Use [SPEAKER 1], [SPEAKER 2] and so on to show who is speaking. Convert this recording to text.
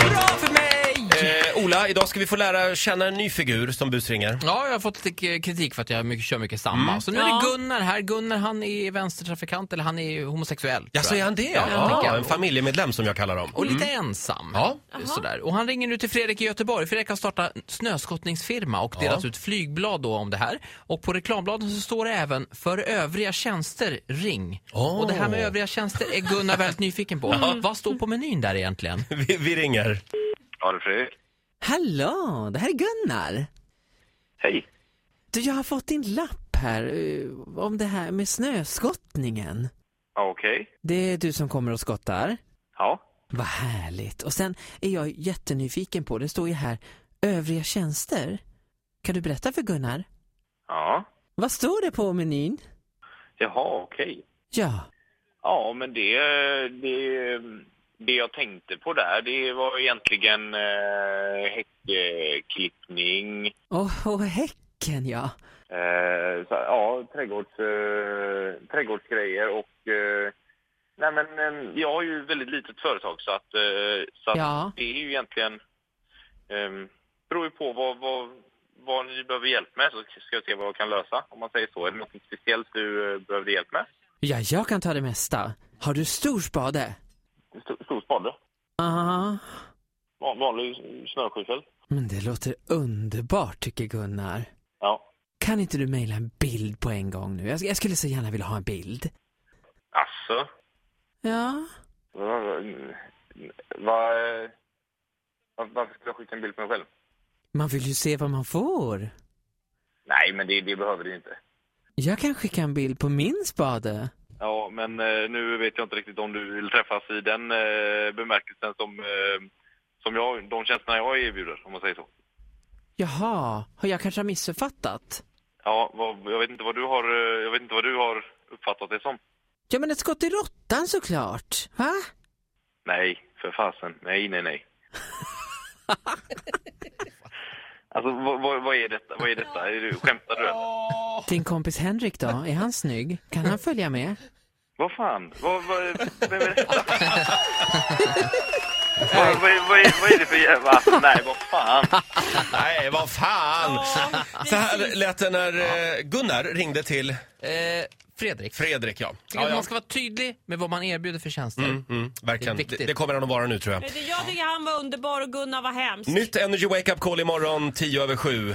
[SPEAKER 1] Bra för mig!
[SPEAKER 2] Eh, Ola, idag ska vi få lära känna en ny figur som busringer.
[SPEAKER 1] Ja, jag har fått lite k- kritik för att jag mycket, kör mycket samma.
[SPEAKER 2] Mm.
[SPEAKER 1] Så nu är det Gunnar här. Gunnar han är vänstertrafikant, eller han är homosexuell.
[SPEAKER 2] Ja, så
[SPEAKER 1] tror
[SPEAKER 2] är
[SPEAKER 1] jag.
[SPEAKER 2] han det?
[SPEAKER 1] jag
[SPEAKER 2] Ja,
[SPEAKER 1] tänker.
[SPEAKER 2] en familjemedlem som jag kallar dem.
[SPEAKER 1] Och lite ensam. eh,
[SPEAKER 2] Ja.
[SPEAKER 1] Sådär. Och han ringer nu till Fredrik i Göteborg. Fredrik har startat snöskottningsfirma och delat ut flygblad då om det här. Och på reklambladen så står det även “För övriga tjänster, ring”.
[SPEAKER 2] Åh.
[SPEAKER 1] Och det här med övriga tjänster är Gunnar väldigt nyfiken på. Vad står på menyn där egentligen?
[SPEAKER 2] Vi, vi ringer.
[SPEAKER 3] Ja, det är Fredrik.
[SPEAKER 4] Hallå, det här är Gunnar.
[SPEAKER 3] Hej.
[SPEAKER 4] Du, jag har fått din lapp här eh, om det här med snöskottningen.
[SPEAKER 3] Ja, okej.
[SPEAKER 4] Det är du som kommer och skottar.
[SPEAKER 3] Ja.
[SPEAKER 4] Vad härligt. Och sen är jag jättenyfiken på, det står ju här, övriga tjänster. Kan du berätta för Gunnar?
[SPEAKER 3] Ja.
[SPEAKER 4] Vad står det på menyn?
[SPEAKER 3] Jaha, okej.
[SPEAKER 4] Ja,
[SPEAKER 3] Ja, men det, det, det jag tänkte på där, det var egentligen eh, häckklippning,
[SPEAKER 4] och, och häcken ja.
[SPEAKER 3] eh, så, ja, trädgårds, eh, trädgårdsgrejer och... Eh, nej, men eh, jag har ju väldigt litet företag så att, eh, så att
[SPEAKER 4] Ja.
[SPEAKER 3] det är ju egentligen... Eh, beror ju på vad, vad, vad ni behöver hjälp med så ska jag se vad jag kan lösa, om man säger så. Är det något speciellt du eh, behövde hjälp med?
[SPEAKER 4] Ja, jag kan ta det mesta. Har du stor spade?
[SPEAKER 3] Stor, stor spade.
[SPEAKER 4] Ja,
[SPEAKER 3] Van- Vanlig snöskyffel.
[SPEAKER 4] men det låter underbart tycker Gunnar.
[SPEAKER 3] Ja.
[SPEAKER 4] Kan inte du mejla en bild på en gång nu? Jag, jag skulle så gärna vilja ha en bild.
[SPEAKER 3] Alltså.
[SPEAKER 4] Ja.
[SPEAKER 3] Vad... Va, eh, va, varför skulle jag skicka en bild på mig själv?
[SPEAKER 4] Man vill ju se vad man får.
[SPEAKER 3] Nej, men det, det behöver det inte.
[SPEAKER 4] Jag kan skicka en bild på min spade.
[SPEAKER 3] Ja, men eh, nu vet jag inte riktigt om du vill träffas i den eh, bemärkelsen som, eh, som jag, de tjänsterna jag erbjuder, om man säger så.
[SPEAKER 4] Jaha, har jag kanske missuppfattat?
[SPEAKER 3] Ja, vad, jag, vet inte vad du har, eh, jag vet inte vad du har uppfattat det som.
[SPEAKER 4] Ja, men ett skott i råttan såklart. Va?
[SPEAKER 3] Nej, för fasen. Nej, nej, nej. alltså, vad, vad, vad är detta? Vad är detta? Är du, skämtar du? eller?
[SPEAKER 4] Din kompis Henrik då? Är han snygg? Kan han följa med?
[SPEAKER 3] Vad fan? Vad, vad, vem är detta? vad, vad, vad, är, vad är det för jävla... Alltså, nej, vad fan?
[SPEAKER 2] Nej, vad fan! Så här lät det när eh, Gunnar ringde till
[SPEAKER 1] Eh, Fredrik.
[SPEAKER 2] Fredrik, ja.
[SPEAKER 1] tycker att man ska vara tydlig med vad man erbjuder för tjänster.
[SPEAKER 2] Mm, verkligen.
[SPEAKER 1] Det är viktigt.
[SPEAKER 2] Det, det kommer han att vara nu, tror jag.
[SPEAKER 5] Men det- Jag tycker han var underbar och Gunnar var hemsk.
[SPEAKER 2] Nytt Energy Wake Up Call imorgon, 10 över 7.